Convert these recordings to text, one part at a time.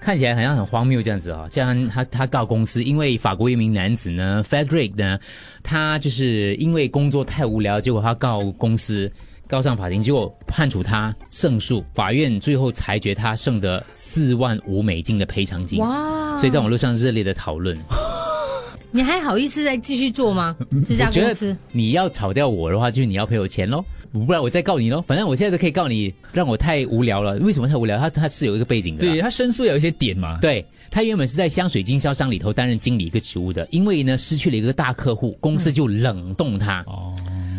看起来好像很荒谬这样子哦，这样他他告公司，因为法国一名男子呢，Frederick 呢，他就是因为工作太无聊，结果他告公司，告上法庭，结果判处他胜诉，法院最后裁决他胜得四万五美金的赔偿金，哇！所以在网络上热烈的讨论。你还好意思再继续做吗？这家嗯我觉公得司你要炒掉我的话，就是你要赔我钱喽，不然我再告你喽。反正我现在都可以告你，让我太无聊了。为什么太无聊？他他是有一个背景的啦。对他申诉有一些点嘛，啊对他原本是在香水经销商里头担任经理一个职务的，因为呢失去了一个大客户，公司就冷冻他，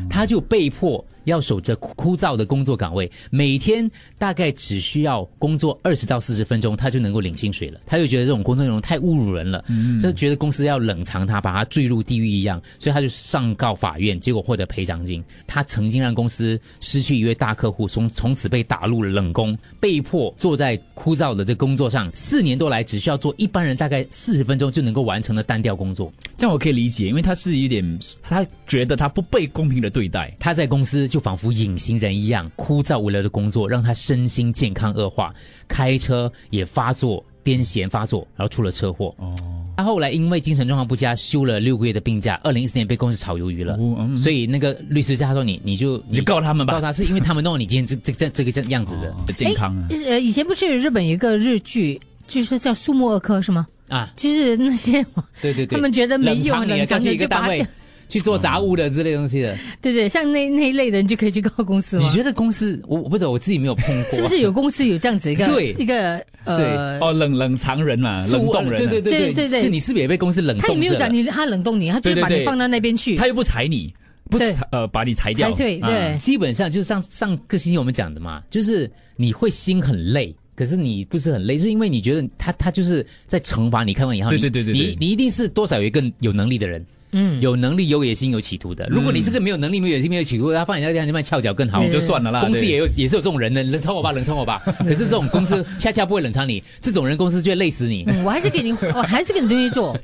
他就被迫要守着枯枯燥的工作岗位，每天大概只需要工作二十到四十分钟，他就能够领薪水了。他就觉得这种工作内容太侮辱人了，就觉得公司要冷藏他，把他坠入地狱一样，所以他就上告法院，结果获得赔偿金。他曾经让公司失去一位大客户，从从此被打入冷宫，被迫坐在枯燥的这工作上，四年多来只需要做一般人大概四十分钟就能够完成的单调工作。这样我可以理解，因为他是有点，他觉得他不被公平的对待，他在公司就仿佛隐形人一样，枯燥无聊的工作让他身心健康恶化，开车也发作，癫痫发作，然后出了车祸。哦，他后来因为精神状况不佳，休了六个月的病假，二零一四年被公司炒鱿鱼了。哦嗯所以那个律师叫他说你你就你就告他们吧告他是因为他们弄到你今天这这这这个这样子的、健康啊，呃，以前不是日本有一个日剧，就是叫《苏木二科》是吗？啊，就是那些 对对对，他们觉得没用，冷冷藏你的，叫藏去的一个就把单它位。去做杂物的之类东西的，对对，像那那一类的人就可以去告公司吗你？觉得公司我我不知道，我自己没有碰过，是不是有公司有这样子一个对一个呃？哦，冷冷藏人嘛，是冷我冻人、啊，对对对对对对是你是不是也被公司冷冻着他了？也没有讲你，他冷冻你，他就是把对对你对放到那边去，他又不裁你，不对裁呃把你裁掉，才对对。啊基本上就是上上个星期我们讲的嘛，就是你会心很累，可是你不是很累，是因为你觉得他他就是在惩罚你。看完以后，对你对对对对你你一定是多少有一个有能力的人。嗯，有能力、有野心、有企图的。如果你是个没有能力、没有野心、没有企图的，他放你在地上，你慢慢翘脚更好。你就算了啦，公司对也有也是有这种人的，冷藏我吧，冷藏我吧。可是这种公司恰恰不会冷藏你，这种人公司就会累死你。嗯，我还是 给你，我还是给你东西做，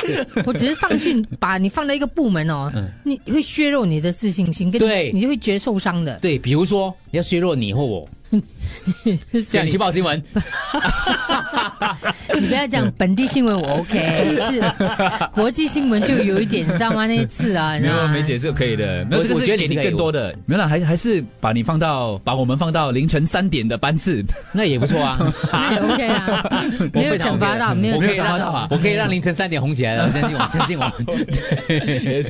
我只是上去把你放到一个部门哦，你会削弱你的自信心，跟你嗯对你就会觉得受伤的。对，比如说你要削弱你或我，这样你去报新闻，你不要讲本地新闻，我 OK，是国际新闻就有一点，你知道吗？那一次啊，你没知道有吗 梅姐是可以的，没我有这个嗯我觉是得给你你是可以更多的，没有啦，还还是把你放到把我们放到凌晨三点的 班次， 那也不错啊。 那也 OK 啊，没有非常惩罚到， OK 没有我可以惩让罚到，我可以让凌晨三点红起来了，相信我，相 信我。对，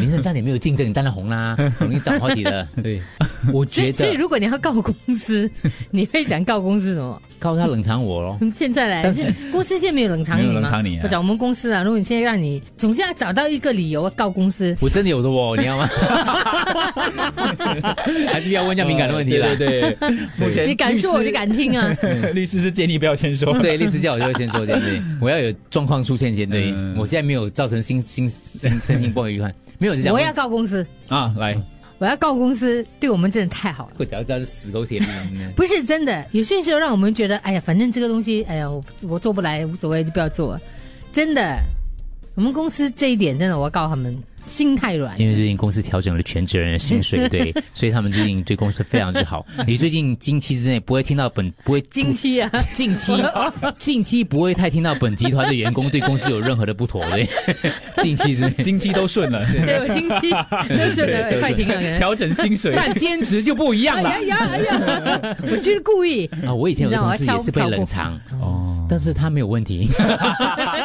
凌晨三点没有竞争，你当然红啦，很容易涨好几 的。对，我所觉以，所以得如果你要告公司， 你会讲告公司什么？靠他冷藏我咯。现在嘞，但是公司现在没有冷藏你吗？没有冷藏你啊我讲我们公司啊，如果你现在让你，总是要找到一个理由告公司。我真的有的哦，你知道吗？ 还是不要问一下敏感的问哦题啦。对对对，目前你敢说，我律就师敢听啊！律师哎是建议不要签收。 对，律师叫我就会先说对不对？我要有状况出现先对嗯，我现在没有造成心心心身心不愉快，没有是这样。我要告公司，啊，来，我要告公司，对我们真的太好了。我只要知道是死狗铁律。不是真的，有些时候让我们觉得，哎呀，反正这个东西，哎呀，我我做不来，无所谓，就不要做。真的，我们公司这一点真的，我要告他们，心太软。因为最近公司调整了全职人的薪水，对， 所以他们最近对公司非常之好。你最近近期之内不会听到本不会经 期啊，近期近期不会太听到本集团的员工对公司有任何的不妥，对，近期之内。经期都顺了，对我经期都是的，快停了，可能。调整 薪水，但兼职就不一样哎了呀呀哎 呀！我就是故意，啊！我以前有个同事也是被冷藏，哦，但是他没有问题，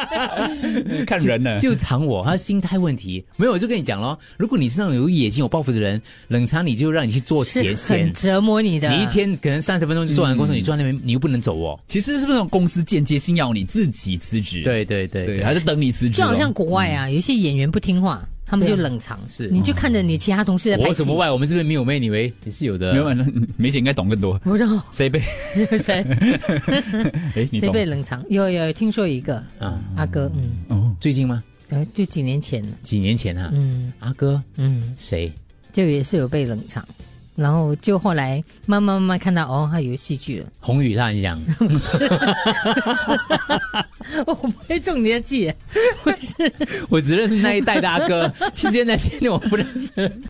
看人呢，就藏我，他心态问题没有。我就跟你讲咯，如果你是那种有野心、有抱负的人，冷藏你就让你去做是闲很闲，折磨你的。你一天可能三十分钟就做完工作，你坐在那边你又不能走哦。其实是不是那种公司间接性要你自己辞职？对对对对，还是等你辞职就咯？好像国外啊，有一些演员不听话，他们就冷藏，嗯是你就看着你其他同事在拍我戏什么。外？我们这边没有妹，你以为也是有的。没有，嗯梅姐应该懂更多。我说谁被？是谁哎，你谁懂？被冷藏？有有有听说一个啊，阿哥，嗯，哦最近吗？呃，就几年前了，几年前啊，嗯阿哥嗯，谁？就也是有被冷藏，然后就后来慢慢慢慢看到，哦，他有戏剧了，宏宇他很讲， 我不会中你的计，不是。我只认识那一代的阿哥，其实现在现在我不认识。